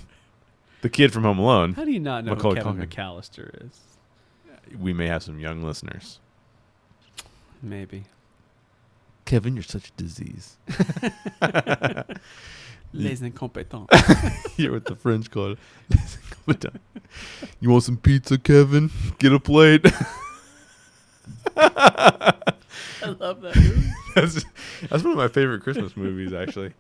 Speaker 1: the kid from Home Alone,
Speaker 3: How do you not know
Speaker 1: Macaulay
Speaker 3: who Kevin
Speaker 1: Culkin.
Speaker 3: McAllister is?
Speaker 1: we may have some young listeners.
Speaker 3: Maybe.
Speaker 1: Kevin, you're such a disease.
Speaker 3: Les incompetents.
Speaker 1: you're what the French call it. you want some pizza, Kevin? Get a plate.
Speaker 3: I love that movie.
Speaker 1: that's, that's one of my favorite Christmas movies, actually.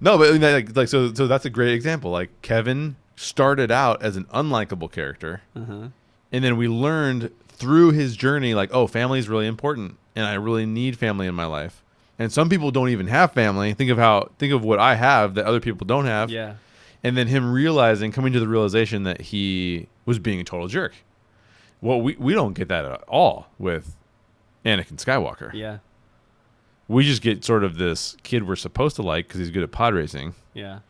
Speaker 1: No, but I mean, like, like so, so that's a great example. Like Kevin started out as an unlikable character.
Speaker 3: Uh-huh.
Speaker 1: and then we learned through his journey like oh family is really important and i really need family in my life and some people don't even have family think of how think of what i have that other people don't have
Speaker 3: Yeah.
Speaker 1: and then him realizing coming to the realization that he was being a total jerk well we, we don't get that at all with anakin skywalker
Speaker 3: Yeah.
Speaker 1: we just get sort of this kid we're supposed to like because he's good at pod racing
Speaker 3: Yeah.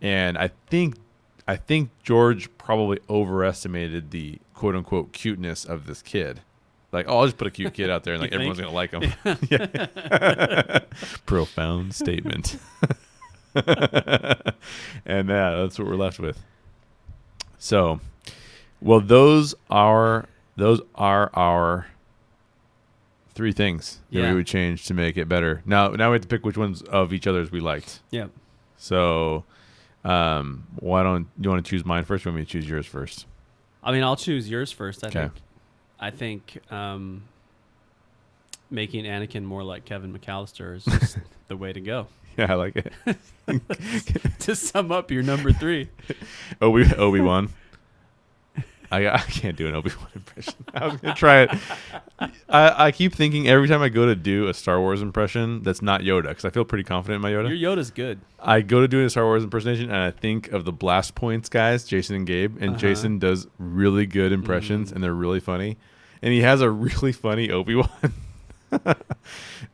Speaker 1: and I think I think George probably overestimated the quote unquote cuteness of this kid. Like, oh, I'll just put a cute kid out there, and like
Speaker 3: You
Speaker 1: everyone's gonna like him. Yeah. Profound statement. and yeah, that's what we're left with. So, well, those are those are our three things that
Speaker 3: Yeah.
Speaker 1: we would change to make it better. Now, now we have to pick which ones of each other's we liked.
Speaker 3: Yeah.
Speaker 1: So, um, why don't you want to choose mine first? Or want me to choose yours first?
Speaker 3: I mean, I'll choose yours first. I
Speaker 1: Okay.
Speaker 3: think. I think. Um, making Anakin more like Kevin McAllister is just the way to go.
Speaker 1: Yeah, I like it.
Speaker 3: to sum up your number three,
Speaker 1: Obi Obi Wan. I I can't do an Obi Wan impression. I was gonna try it. I, I keep thinking every time I go to do a Star Wars impression that's not Yoda because I feel pretty confident in my Yoda.
Speaker 3: your Yoda's good.
Speaker 1: I go to doing a Star Wars impersonation and I think of the Blast Points guys, Jason and Gabe, and
Speaker 3: Uh-huh. Mm-hmm.
Speaker 1: Jason does really good impressions and they're really funny. And he has a really funny Obi Wan.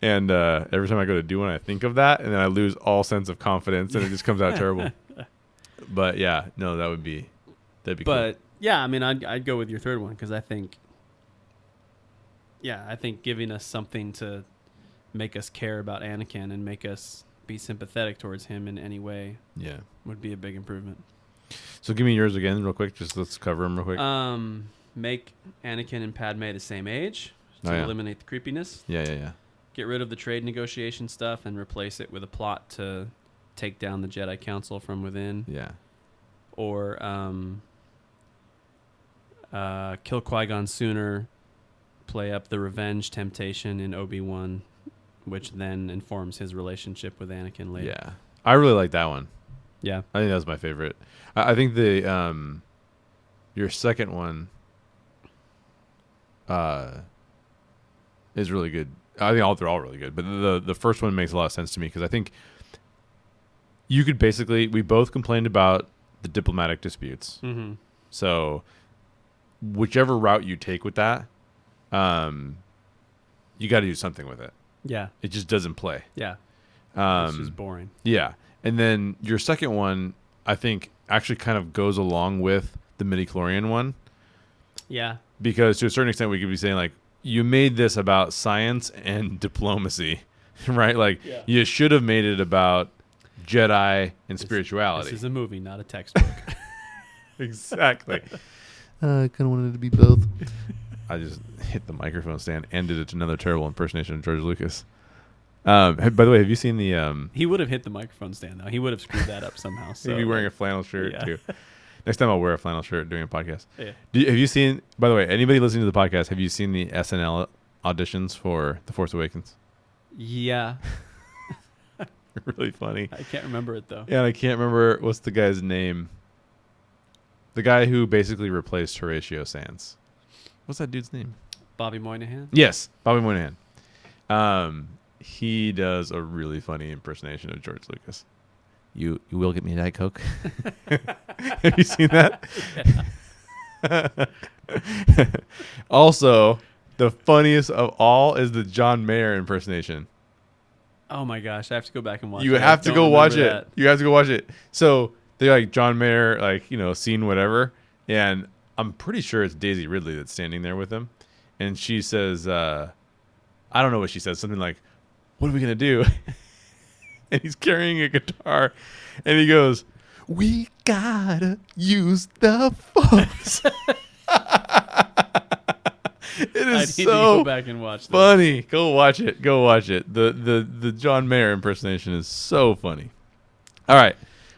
Speaker 1: and uh, every time I go to do one, I think of that, and then I lose all sense of confidence, and it just comes out terrible. But yeah, no, that would be that'd be.
Speaker 3: But yeah, I mean, I'd, I'd go with your third one because I think, yeah, I think giving us something to make us care about Anakin and make us be sympathetic towards him in any way
Speaker 1: cool. yeah.
Speaker 3: would be a big improvement.
Speaker 1: So give me yours again, real quick. Just let's cover them real quick.
Speaker 3: Um, make Anakin and Padme the same age to
Speaker 1: Oh, yeah.
Speaker 3: eliminate the creepiness.
Speaker 1: yeah, yeah, yeah.
Speaker 3: Get rid of the trade negotiation stuff and replace it with a plot to take down the Jedi Council from within,
Speaker 1: Yeah.
Speaker 3: or um, uh, kill Qui Gon sooner. Play up the revenge temptation in Obi Wan, which then informs his relationship with Anakin later.
Speaker 1: Yeah. I really like that one.
Speaker 3: Yeah.
Speaker 1: I think that was my favorite. I, I think the um, your second one, uh, is really good. I think all they're all really good, but the the first one makes a lot of sense to me because I think you could basically we both complained about the diplomatic disputes.
Speaker 3: Mm-hmm.
Speaker 1: So, whichever route you take with that, um, you got to do something with it.
Speaker 3: Yeah.
Speaker 1: It just doesn't play.
Speaker 3: Yeah.
Speaker 1: Um,
Speaker 3: This is boring.
Speaker 1: yeah. And then your second one, I think, actually kind of goes along with the midi chlorian one
Speaker 3: Yeah.
Speaker 1: because to a certain extent we could be saying like you made this about science and diplomacy, right? Like
Speaker 3: Yeah.
Speaker 1: you should have made it about Jedi and spirituality.
Speaker 3: This is a movie, not a textbook.
Speaker 1: exactly.
Speaker 4: Uh, I kind of wanted it to be both.
Speaker 1: I just hit the microphone stand and did it another terrible impersonation of George Lucas. Um, have- by the way, have you seen the um,
Speaker 3: He would have hit the microphone stand though. He would have screwed that up somehow. So
Speaker 1: He'd be wearing a flannel shirt
Speaker 3: Yeah.
Speaker 1: too. Next time I'll wear a flannel shirt during a podcast.
Speaker 3: Yeah.
Speaker 1: Do you, have you seen? By the way, anybody listening to the podcast, have you seen the SNL auditions for The Force Awakens?
Speaker 3: yeah.
Speaker 1: really funny.
Speaker 3: I can't remember it though.
Speaker 1: And I can't remember what's the guy's name. The guy who basically replaced Horatio Sands. What's that dude's name?
Speaker 3: Bobby Moynihan.
Speaker 1: Yes, Bobby Moynihan. Um, he does a really funny impersonation of George Lucas.
Speaker 4: You you will get me a Diet Coke.
Speaker 1: Have you seen that? also, the funniest of all is the John Mayer impersonation.
Speaker 3: Oh my gosh, I have to go back and watch.
Speaker 1: you
Speaker 3: it. I
Speaker 1: have to
Speaker 3: don't
Speaker 1: go
Speaker 3: remember
Speaker 1: watch it.
Speaker 3: that.
Speaker 1: You have to go watch it. So they like John Mayer, like you know, scene whatever, and I'm pretty sure it's Daisy Ridley that's standing there with him, and she says, uh, "I don't know what she says. Something like, what are we gonna do?" and he's carrying a guitar, and he goes, "We gotta use the force." it
Speaker 3: I
Speaker 1: is
Speaker 3: need
Speaker 1: so
Speaker 3: to go back and watch that.
Speaker 1: funny. Go watch it. Go watch it. The the the John Mayer impersonation is so funny. All right.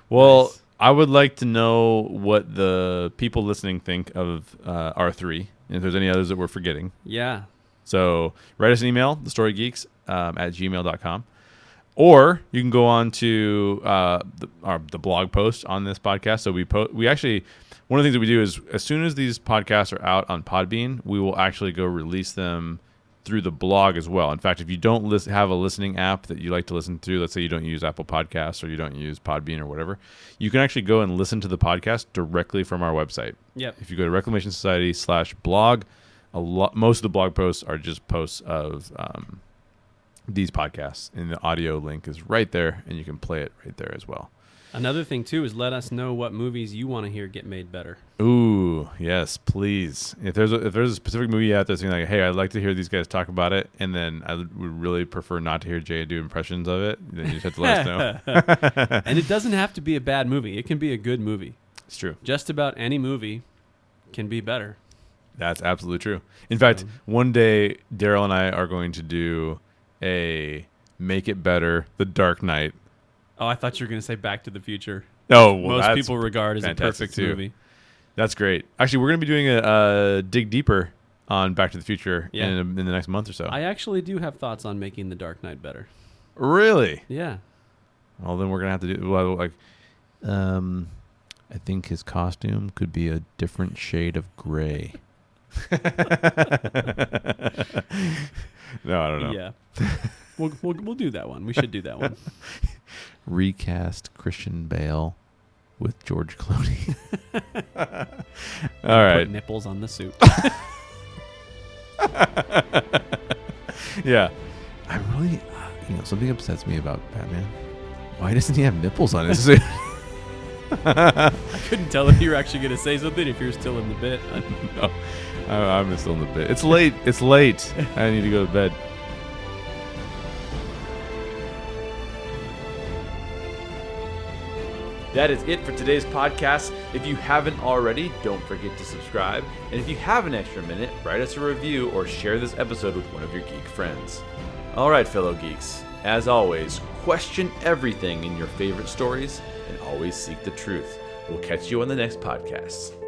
Speaker 1: Well,
Speaker 3: Nice.
Speaker 1: I would like to know what the people listening think of uh, R three, and if there's any others that we're forgetting.
Speaker 3: Yeah.
Speaker 1: So write us an email, thestorygeeks um, at gmail.com. Or you can go on to uh, the, our, the blog post on this podcast. So we po- we actually one of the things that we do is as soon as these podcasts are out on Podbean, we will actually go release them through the blog as well. In fact, if you don't lis- have a listening app that you like to listen to, let's say you don't use Apple Podcasts or you don't use Podbean or whatever, you can actually go and listen to the podcast directly from our website
Speaker 3: Yep.
Speaker 1: if you go to reclamation society slash blog a lot most of the blog posts are just posts of um, these podcasts and the audio link is right there and you can play it right there as well
Speaker 3: Another thing too is let us know what movies you want to hear get made better.
Speaker 1: ooh yes please if there's a, if there's a specific movie out there saying like hey i'd like to hear these guys talk about it and then i would really prefer not to hear jay do impressions of it then you just have to let us know
Speaker 3: and it doesn't have to be a bad movie. It can be a good movie.
Speaker 1: it's true
Speaker 3: Just about any movie can be better.
Speaker 1: That's absolutely true. In fact, one day Daryl and I are going to do a make it better The Dark Knight.
Speaker 3: Oh, I thought you were going to say Back to the Future.
Speaker 1: Oh, well,
Speaker 3: Most
Speaker 1: that's,
Speaker 3: people regard as a
Speaker 1: fantastic
Speaker 3: perfect
Speaker 1: too.
Speaker 3: movie.
Speaker 1: That's great. Actually, we're going to be doing a, uh dig deeper on Back to the Future
Speaker 3: Yeah.
Speaker 1: in, in the next month or so.
Speaker 3: I actually do have thoughts on making the Dark Knight better.
Speaker 1: really?
Speaker 3: Yeah.
Speaker 1: Well, then we're gonna have to do well, like, um, I think his costume could be a different shade of gray. no, I don't know.
Speaker 3: Yeah. we'll, we'll we'll do that one. We should do that one.
Speaker 1: Recast Christian Bale with George Clooney. All right.
Speaker 3: Put nipples on the suit.
Speaker 1: Yeah. I really, uh, you know, something upsets me about Batman. Why doesn't he have nipples on his suit?
Speaker 3: I couldn't tell if you were actually gonna say something if you were still in the bit.
Speaker 1: no, I, I'm still in the bed. It's late. It's late. I need to go to bed.
Speaker 2: That is it for today's podcast. If you haven't already, don't forget to subscribe. And if you have an extra minute, write us a review or share this episode with one of your geek friends. All right, fellow geeks, as always, question everything in your favorite stories and always seek the truth. We'll catch you on the next podcast.